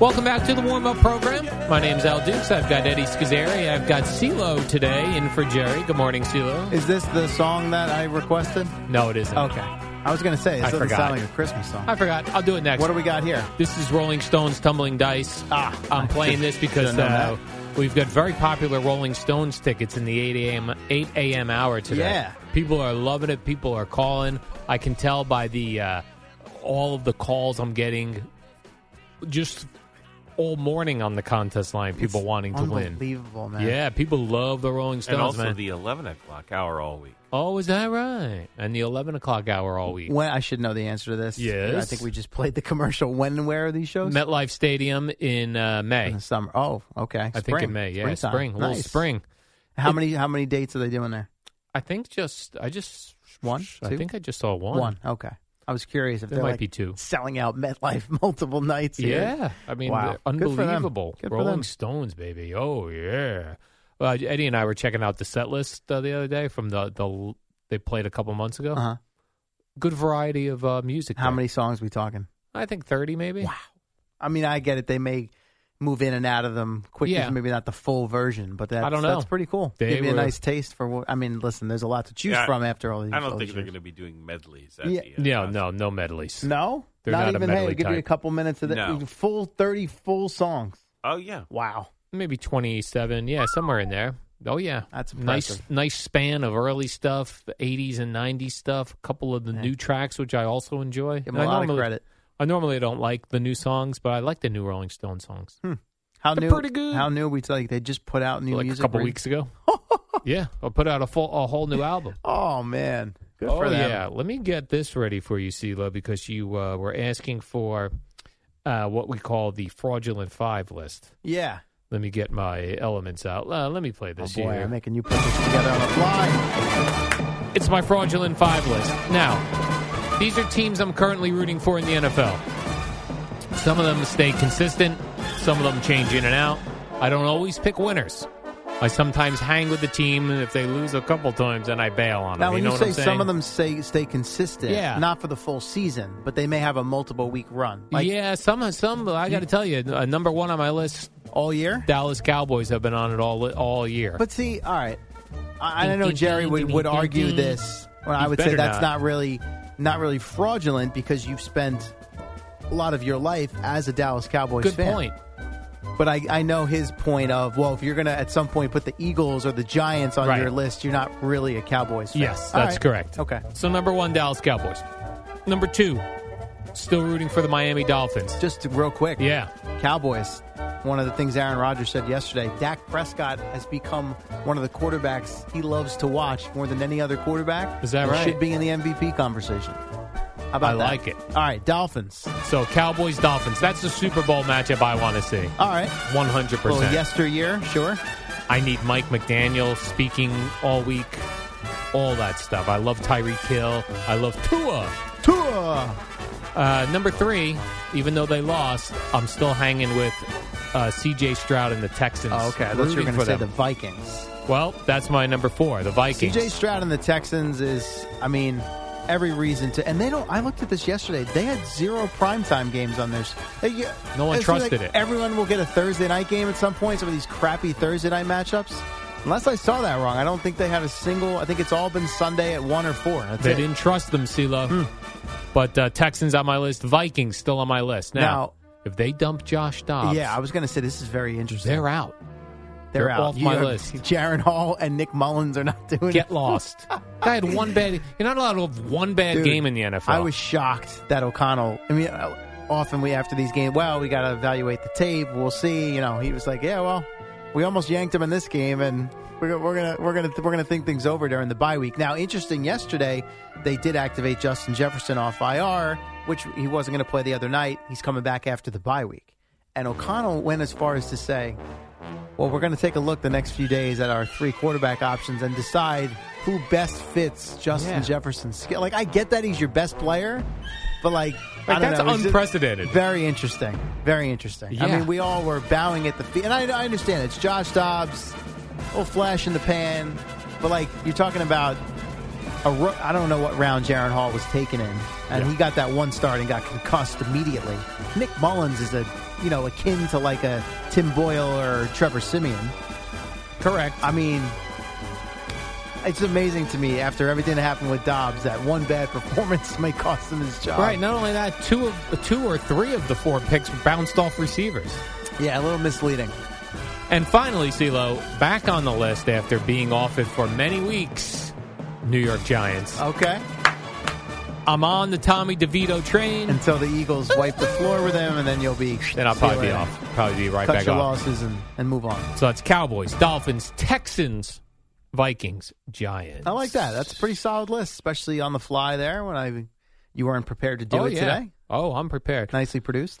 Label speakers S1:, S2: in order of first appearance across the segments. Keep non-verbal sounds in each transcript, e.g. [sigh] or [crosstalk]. S1: Welcome back to the warm up program. My name's Al Dukes. I've got Eddie Scazzeri. I've got CeeLo today in for Jerry. Good morning, CeeLo.
S2: Is this the song that I requested?
S1: No, it isn't.
S2: Okay. I was going to say, it
S1: I
S2: doesn't
S1: forgot.
S2: sound like a Christmas song.
S1: I forgot. I'll do it next.
S2: what do we got here?
S1: This is Rolling Stones Tumbling Dice.
S2: Ah,
S1: I'm
S2: I
S1: playing
S2: should-
S1: this because
S2: should've known
S1: uh, we've got very popular Rolling Stones tickets in the 8 a.m. 8 a.m. hour today.
S2: Yeah.
S1: People are loving it. People are calling. I can tell by the uh, all of the calls I'm getting just all morning on the contest line, people wanting to win.
S2: Unbelievable, man.
S1: Yeah, people love the Rolling Stones,
S3: and also
S1: man.
S3: the 11 o'clock hour all week.
S1: oh, is that right? And the 11 o'clock hour all week.
S2: When, I should know the answer to this.
S1: Yes.
S2: I think we just played the commercial. When and where are these shows?
S1: MetLife Stadium in uh, May.
S2: In the summer. Oh, okay.
S1: I think in May, yeah,
S2: Springtime.
S1: spring, a little
S2: Nice.
S1: spring.
S2: How many how many dates are they doing there?
S1: I think just, I just
S2: One,
S1: I
S2: two?
S1: think I just saw one.
S2: Okay. I was curious if
S1: There
S2: they're
S1: might
S2: like,
S1: be two.
S2: selling out MetLife [laughs] multiple nights. here.
S1: Yeah, I mean,
S2: Wow.
S1: they're
S2: Good for them.
S1: unbelievable.
S2: Good for
S1: Rolling
S2: them.
S1: Stones, baby. Oh yeah. Well, Eddie and I were checking out the set list uh, the other day from the the they played a couple months ago.
S2: Uh-huh.
S1: Good variety of uh, music.
S2: How
S1: there.
S2: many songs we talking?
S1: I think thirty, maybe. Wow.
S2: I mean, I get it. They may move in and out of them quickly.
S1: Yeah.
S2: Maybe not the full version, but that's,
S1: I don't know.
S2: that's pretty cool.
S1: They
S2: Give me a
S1: were-
S2: nice taste for what. I mean, listen, there's a lot to choose
S3: Yeah,
S2: from after all these.
S3: I don't
S2: all
S3: think
S2: these
S3: they're
S2: years.
S3: going to be doing medleys. At
S2: Yeah.
S3: the, uh,
S1: oh, Yeah,
S3: concert.
S1: no, no medleys.
S2: No,
S1: They're not a
S2: even.
S1: medley
S2: Hey, give you a
S1: type.
S2: couple minutes of the
S3: No.
S2: full thirty full songs.
S3: Oh, yeah.
S2: Wow,
S1: Maybe twenty-seven. Yeah, somewhere in there. Oh yeah,
S2: That's
S1: nice.
S2: impressive.
S1: Nice span of early stuff, eighties and nineties stuff. A couple of the new tracks, which I also enjoy.
S2: give
S1: And
S2: them
S1: I
S2: a lot
S1: normally-
S2: of credit.
S1: I normally don't like the new songs, but I like the new Rolling Stone songs.
S2: How
S1: They're
S2: new?
S1: pretty good.
S2: How new? We tell you they just put out Hmm, new
S1: like
S2: music
S1: a couple
S2: re-
S1: weeks
S2: [laughs]
S1: ago. yeah, I put out a full, a whole new album.
S2: Oh man, good
S1: oh
S2: for them.
S1: yeah, let me get this ready for you, CeeLo, because you uh, were asking for uh, what we call the fraudulent five list.
S2: Yeah.
S1: Let me get my elements out. Uh, let me play
S2: Oh
S1: this
S2: boy,
S1: here.
S2: I'm making you put this together on the fly.
S1: It's my fraudulent five list. Now, these are teams I'm currently rooting for in the NFL. Some of them stay consistent, some of them change in and out. I don't always pick winners. I sometimes hang with the team, and if they lose a couple times, then I bail on them.
S2: Now, when
S1: you know
S2: you
S1: what
S2: say
S1: I'm saying?
S2: some of them stay stay consistent,
S1: Yeah.
S2: not for the full season, but they may have a multiple week run, like
S1: yeah, some, some. I got to tell you, uh, number one on my list,
S2: all year.
S1: Dallas Cowboys have been on it all all year.
S2: But see, all right, I, I
S1: Ding,
S2: know
S1: ding,
S2: Jerry
S1: ding,
S2: would,
S1: ding,
S2: would
S1: ding,
S2: argue
S1: ding.
S2: this. Well, I
S1: You
S2: would say
S1: better
S2: that's
S1: not.
S2: not. really not really fraudulent because you've spent a lot of your life as a Dallas Cowboys
S1: Good
S2: fan.
S1: point.
S2: But I, I know his point of well, if you're going to at some point put the Eagles or the Giants on
S1: Right.
S2: your list, you're not really a Cowboys fan.
S1: Yes,
S2: All
S1: that's
S2: right.
S1: correct.
S2: Okay.
S1: So number one, Dallas Cowboys. Number two, still rooting for the Miami Dolphins.
S2: Just real quick,
S1: Yeah.
S2: Cowboys. One of the things Aaron Rodgers said yesterday, Dak Prescott has become one of the quarterbacks he loves to watch more than any other quarterback.
S1: Is that
S2: He
S1: right?
S2: Should be in the MVP conversation. How about
S1: I
S2: that?
S1: like it.
S2: All right, Dolphins.
S1: So Cowboys Dolphins. That's the Super Bowl matchup I want to see.
S2: All right,
S1: One hundred
S2: little
S1: percent.
S2: yesteryear, sure.
S1: I need Mike McDaniel speaking all week. All that stuff. I love Tyree Kill. I love Tua.
S2: Tua.
S1: Uh, number three, even though they lost, I'm still hanging with uh, C.J. Stroud and the Texans.
S2: Oh, okay, I thought you were
S1: Rooting
S2: going
S1: for
S2: to say the
S1: them.
S2: Vikings.
S1: Well, that's my number four, the Vikings.
S2: CJ Stroud and the Texans is, I mean, every reason to. And they don't. I looked at this yesterday. They had zero primetime games on theirs. They- you-
S1: No one
S2: it's like
S1: trusted it.
S2: Everyone will get a Thursday night game at some point. Some of these crappy Thursday night matchups. Unless I saw that wrong, I don't think they had a single. I think it's all been Sunday at one or four. That's
S1: they
S2: it.
S1: didn't trust them, CeeLo.
S2: Hmm.
S1: But uh, Texans on my list. Vikings still on my list. Now,
S2: Now-
S1: if they dump Josh Dobbs,
S2: Yeah, I was going to say this is very interesting.
S1: they're out.
S2: They're,
S1: They're
S2: out.
S1: off my
S2: You-
S1: list.
S2: Jaron Hall and Nick Mullins are not [laughs] doing
S1: Get
S2: it.
S1: lost. [laughs] I had one bad. You're not allowed to have one bad
S2: Dude,
S1: game in the NFL.
S2: I was shocked that O'Connell. I mean, uh, often we after these games, well, we got to evaluate the tape. We'll see. You know, he was like, yeah, well, we almost yanked him in this game, and we're, go- we're gonna we're gonna we're gonna think things over during the bye week. Now, interesting. Yesterday, they did activate Justin Jefferson off IR, which he wasn't going to play the other night. He's coming back after the bye week, and O'Connell went as far as to say. Well, we're going to take a look the next few days at our three quarterback options and decide who best fits Justin
S1: Yeah.
S2: Jefferson's skill. Like, I get that he's your best player, but like, I
S1: Like,
S2: don't
S1: that's
S2: know, it's just
S1: unprecedented.
S2: Very interesting. Very interesting. I
S1: Yeah.
S2: mean, we all were bowing at the feet, and I, I understand it's Josh Dobbs, little flash in the pan, but like, you're talking about. A ro- I don't know what round Jaron Hall was taken in, and he got that one start and got concussed immediately. Nick Mullins is a you know akin to like a Tim Boyle or Trevor Simeon.
S1: correct.
S2: I mean, it's amazing to me after everything that happened with Dobbs that one bad [laughs] performance may cost him his job.
S1: Right. Not only that, two of two or three of the four picks bounced off receivers.
S2: Yeah, a little misleading.
S1: And finally, CeeLo, back on the list after being off it for many weeks. New York Giants.
S2: Okay.
S1: I'm on the Tommy DeVito train.
S2: Until the Eagles wipe the floor with him, and then you'll be.
S1: Then I'll
S2: see you
S1: probably be
S2: later.
S1: off. Probably be right
S2: Cut
S1: back
S2: your
S1: off.
S2: losses and, and move on.
S1: So that's Cowboys, Dolphins, Texans, Vikings, Giants.
S2: I like that. That's a pretty solid list, especially on the fly there when I you weren't prepared to do
S1: oh,
S2: it
S1: yeah.
S2: today.
S1: Oh, I'm prepared.
S2: Nicely produced.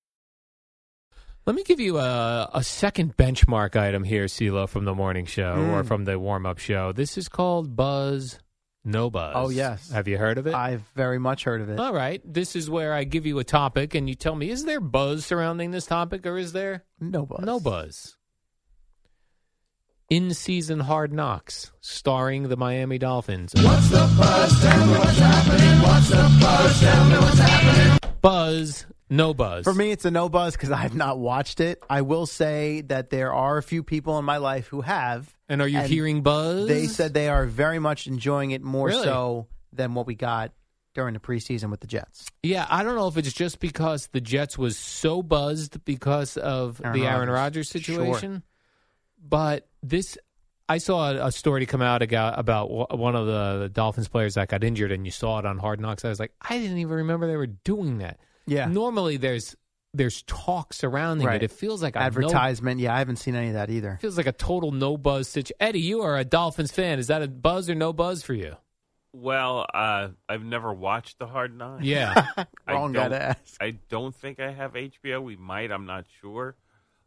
S1: Let me give you a, a second benchmark item here, CeeLo, from the morning show
S2: Mm.
S1: or from the warm up show. This is called Buzz No Buzz.
S2: Oh, yes.
S1: Have you heard of it?
S2: I've very much heard of it.
S1: All right. This is where I give you a topic and you tell me, is there buzz surrounding this topic or is there
S2: no buzz.
S1: no buzz? In season Hard Knocks, starring the Miami Dolphins. What's the buzz? Tell me what's happening. What's the buzz? Tell me what's happening. Buzz, no buzz.
S2: For me, it's a no buzz because I've not watched it. I will say that there are a few people in my life who have.
S1: And are you
S2: And
S1: hearing buzz?
S2: They said they are very much enjoying it more
S1: Really?
S2: so than what we got during the preseason with the Jets.
S1: Yeah, I don't know if it's just because the Jets was so buzzed because of
S2: Aaron
S1: the Aaron
S2: Rodgers.
S1: Rodgers
S2: Sure.
S1: situation, but this I saw a, a story come out aga- about wh- one of the Dolphins players that got injured, and you saw it on Hard Knocks. I was like, I didn't even remember they were doing that.
S2: Yeah.
S1: Normally, there's there's talk surrounding
S2: Right.
S1: it. It feels like a no-
S2: Advertisement. Yeah, I haven't seen any of that either.
S1: feels like a total no buzz situation. Eddie, you are a Dolphins fan. Is that a buzz or no buzz for you?
S3: Well, uh, I've never watched The Hard
S2: [laughs]
S3: Knocks.
S1: Yeah.
S3: I
S2: Wrong guy
S3: don't-
S1: [laughs]
S2: to ask.
S3: I don't think I have HBO. We might. I'm not sure.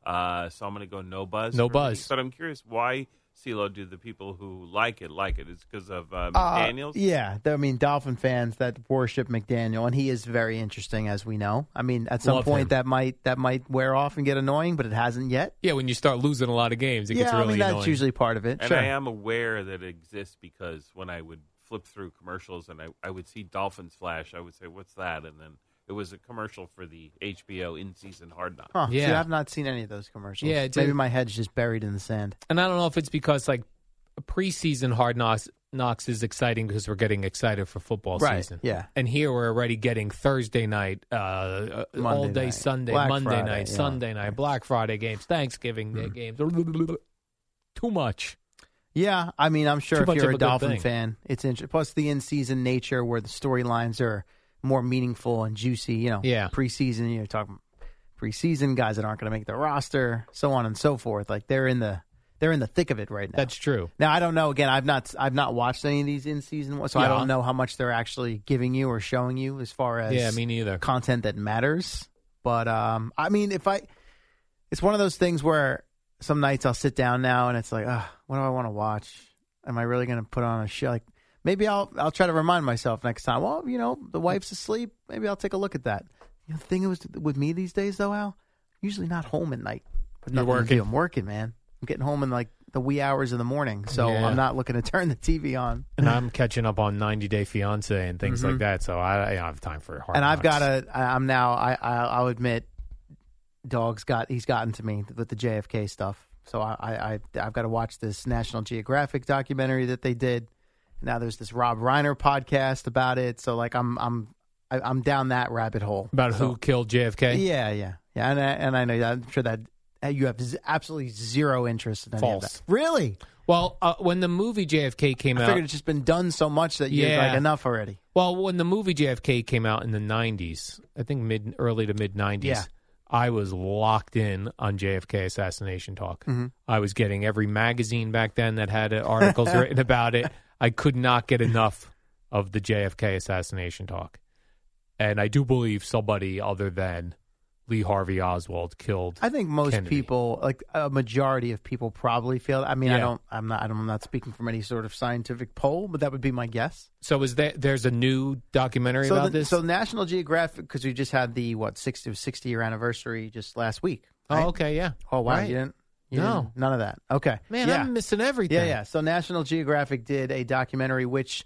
S3: Uh, so I'm going to go no buzz.
S1: No
S3: for me.
S1: buzz.
S3: But I'm curious why CeeLo do the people who like it like it. It's because of uh,
S2: Uh,
S3: McDaniels.
S2: yeah, th- I mean Dolphin fans that worship McDaniel, and he is very interesting, as we know. I mean, at some
S1: Love
S2: point
S1: him.
S2: that might that might wear off and get annoying, but it hasn't yet.
S1: yeah, when you start losing a lot of games, it
S2: yeah,
S1: gets really
S2: I mean that's
S1: annoying.
S2: usually part of it.
S3: And
S2: sure.
S3: I am aware that it exists because when I would flip through commercials and I, I would see Dolphins Flash, I would say, what's that? And then it was a commercial for the HBO in season Hard Knocks.
S2: Huh, See,
S1: Yeah.
S2: I've not seen any of those commercials.
S1: Yeah, it's-
S2: maybe my head's just buried in the sand.
S1: and I don't know if it's because like preseason hard knocks knocks is exciting because we're getting excited for football
S2: Right,
S1: season.
S2: yeah.
S1: and here we're already getting Thursday night, uh, uh,
S2: Monday
S1: all day
S2: night,
S1: Sunday,
S2: Black
S1: Monday
S2: Friday,
S1: night,
S2: yeah. Hmm.
S1: Sunday night, Black Friday games, Thanksgiving Day games. Too much.
S2: Yeah, I mean, I'm sure
S1: Too
S2: if
S1: much
S2: you're
S1: of a
S2: a,
S1: good
S2: Dolphin
S1: thing.
S2: fan, it's interesting. Plus the in-season nature where the storylines are more meaningful and juicy. You know,
S1: Yeah.
S2: preseason. You're talking preseason guys that aren't going to make the roster, so on and so forth. Like they're in the they're in the thick of it right now.
S1: That's true.
S2: Now I don't know. Again, I've not I've not watched any of these in season, so I
S1: Yeah.
S2: don't know how much they're actually giving you or showing you as far as
S1: Yeah, me neither.
S2: content that matters. But um, I mean, if I, it's one of those things where some nights I'll sit down now and it's like, Ugh, what do I want to watch? Am I really going to put on a show? Like maybe I'll I'll try to remind myself next time. Well, you know, the wife's asleep. Maybe I'll take a look at that. You know, the thing was with me these days though, Al, usually not home at night. But
S1: You're
S2: nothing to
S1: working.
S2: do. I'm working, man. I'm getting home in like the wee hours of the morning, so
S1: Yeah.
S2: I'm not looking to [laughs] turn the TV on.
S1: and I'm catching up on 90 Day Fiance and things like that. So I, I don't have time for hard.
S2: Mm-hmm. and I've
S1: knocks.
S2: got a. I- I'm now. I, I I'll admit, dog's got. He's gotten to me with the JFK stuff. So I I, I I've got to watch this National Geographic documentary that they did. Now there's this Rob Reiner podcast about it. So like I'm I'm I, I'm down that rabbit hole
S1: about
S2: So-
S1: who killed JFK.
S2: Yeah, yeah, yeah. And I, and I know that. I'm sure that uh, you have z- absolutely zero interest in any of
S1: False.
S2: that. Really?
S1: Well, uh, when the movie JFK came
S2: I
S1: out,
S2: figured it's just been done so much that you're
S1: Yeah.
S2: like enough already.
S1: Well, when the movie JFK came out in the '90s, I think mid, early to mid '90s,
S2: Yeah.
S1: I was locked in on JFK assassination talk.
S2: Mm-hmm.
S1: I was getting every magazine back then that had uh, articles
S2: [laughs]
S1: written about it. I could not get enough of the JFK assassination talk, and I do believe somebody other than Lee Harvey Oswald killed.
S2: I think most
S1: Kennedy.
S2: people, like a majority of people, probably feel. I mean, I
S1: Yeah.
S2: don't. I'm not. I don't- I'm not speaking from any sort of scientific poll, but that would be my guess.
S1: So is there? There's a new documentary
S2: So,
S1: about
S2: the,
S1: this.
S2: so National Geographic, because we just had the what 60 60 year anniversary just last week. right?
S1: oh, okay, yeah.
S2: Oh wow,
S1: Right.
S2: you didn't. You
S1: No.
S2: didn't- none of that. Okay,
S1: Man,
S2: Yeah.
S1: I'm missing everything.
S2: Yeah, yeah. So National Geographic did a documentary, which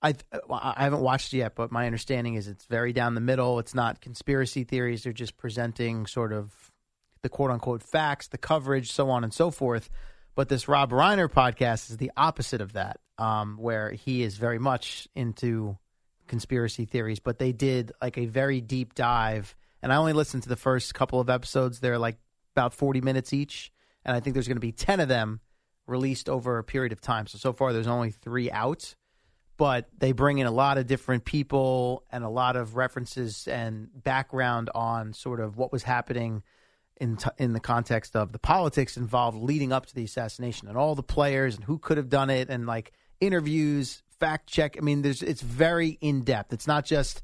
S2: I th- I haven't watched yet, but my understanding is it's very down the middle. It's not conspiracy theories; they're just presenting sort of the quote unquote facts, the coverage, so on and so forth. But this Rob Reiner podcast is the opposite of that, um, where he is very much into conspiracy theories. But they did like a very deep dive, and I only listened to the first couple of episodes. They're like about forty minutes each, and I think there's going to be ten of them released over a period of time. So so far there's only 3 out, but they bring in a lot of different people and a lot of references and background on sort of what was happening in t- in the context of the politics involved leading up to the assassination and all the players and who could have done it and like interviews, fact check. I mean, there's it's very in depth. It's not just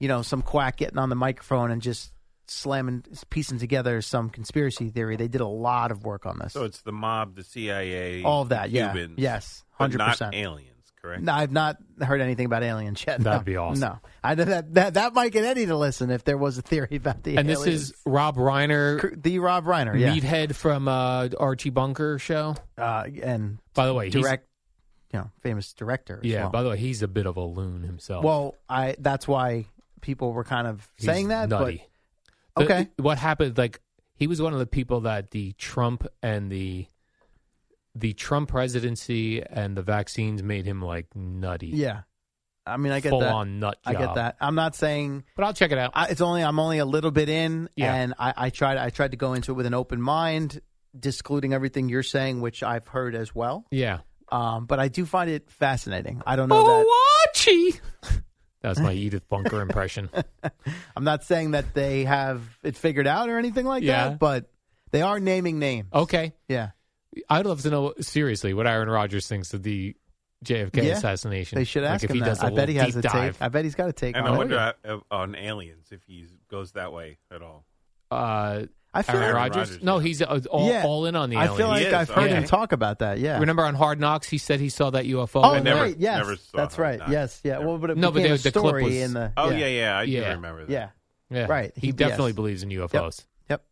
S2: you know some quack getting on the microphone and just slamming piecing together some conspiracy theory. They did a lot of work on this.
S3: So it's the mob, the CIA,
S2: All of that,
S3: the
S2: yeah.
S3: Cubans,
S2: Yes,
S3: but
S2: 100%.
S3: Not aliens, correct?
S2: No, I've not heard anything about aliens yet. No.
S1: That'd be awesome.
S2: No, I that, that that might get Eddie to listen if there was a theory about the.
S1: And this is Rob Reiner.
S2: aliens. the Rob Reiner, yeah,
S1: Meathead from uh, Archie Bunker show.
S2: uh, and
S1: By the way, he's-
S2: direct, you know, famous director. as
S1: yeah.
S2: well.
S1: By the way, he's a bit of a loon himself.
S2: well, I that's why people were kind of
S1: He's
S2: saying that,
S1: nutty.
S2: but
S1: The-
S2: okay,
S1: what happened? Like he was one of the people that the Trump and the the Trump presidency and the vaccines made him like nutty.
S2: yeah. I mean, I get
S1: full
S2: that.
S1: on nut.
S2: I get
S1: job.
S2: that. I'm not saying
S1: But I'll check it out.
S2: I, it's only I'm only a little bit in,
S1: Yeah.
S2: and I, I tried I tried to go into it with an open mind, discluding everything you're saying, which I've heard as well.
S1: yeah.
S2: Um, but I do find it fascinating. I don't know
S1: Oh!
S2: that
S1: Archie. [laughs] That was my Edith Bunker
S2: [laughs]
S1: impression.
S2: I'm not saying that they have it figured out or anything like
S1: Yeah. Oh.
S2: that, but they are naming names.
S1: Okay.
S2: Yeah,
S1: I'd love to know seriously what Aaron Rodgers thinks of the JFK
S2: Yeah.
S1: assassination.
S2: they should
S1: Like,
S2: ask
S1: if
S2: him
S1: he
S2: that.
S1: does a
S2: I bet he
S1: little
S2: has a
S1: deep dive.
S2: take. I bet he's got a take.
S3: And
S2: on
S3: I
S2: it.
S3: wonder uh, on aliens if he goes that way at all.
S1: Uh,
S2: I feel
S1: Aaron
S3: Aaron
S2: like,
S1: Rodgers?
S3: Rodgers,
S1: No,
S3: yeah.
S1: he's uh, all,
S2: Yeah.
S1: all in on the
S2: I
S1: aliens.
S2: feel like
S3: He is,
S2: I've heard
S3: okay.
S2: him talk about that. Yeah.
S1: Remember on Hard Knocks, he said he saw that UFO.
S2: Oh,
S3: I never-
S2: right. Yes,
S3: never saw
S2: that's
S3: him
S2: right.
S3: die.
S2: Yes. Yeah. Well, but it
S1: No, but
S2: became
S1: they-
S2: a
S1: the clip
S2: story
S1: was-
S2: in the.
S3: Oh yeah,
S2: yeah.
S3: yeah, I
S1: Yeah.
S3: do remember that.
S2: Yeah.
S1: yeah.
S2: right.
S1: He,
S2: He-
S1: definitely
S2: yes.
S1: believes in UFOs.
S2: Yep.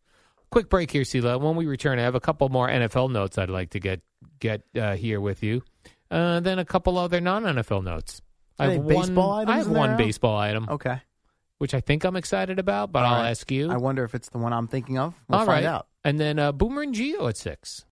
S1: Quick break here, Sila. When we return, I have a couple more NFL notes I'd like to get get uh, here with you. Uh, then a couple other non NFL notes. I
S2: Any
S1: have
S2: baseball
S1: one.
S2: items
S1: I have
S2: in there,
S1: one
S2: Al?
S1: baseball item,
S2: Okay.
S1: which I think I'm excited about, but
S2: All
S1: I'll
S2: right.
S1: ask you.
S2: I wonder if it's the one I'm thinking of. We'll
S1: All
S2: find
S1: right.
S2: out.
S1: And then uh, Boomer and Geo at six.